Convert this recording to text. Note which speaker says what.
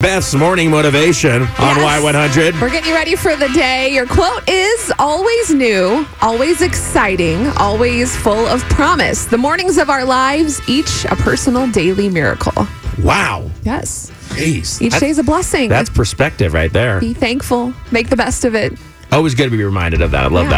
Speaker 1: Beth's morning motivation on Y100.
Speaker 2: We're getting you ready for the day. Your quote is always new, always exciting, always full of promise. The mornings of our lives, each a personal daily miracle.
Speaker 1: Wow.
Speaker 2: Yes.
Speaker 1: Jeez.
Speaker 2: Each
Speaker 1: That-
Speaker 2: day is a blessing.
Speaker 1: That's perspective right there.
Speaker 2: Be thankful. Make the best of it.
Speaker 1: Always good to be reminded of that. I love
Speaker 2: Yeah.
Speaker 1: that.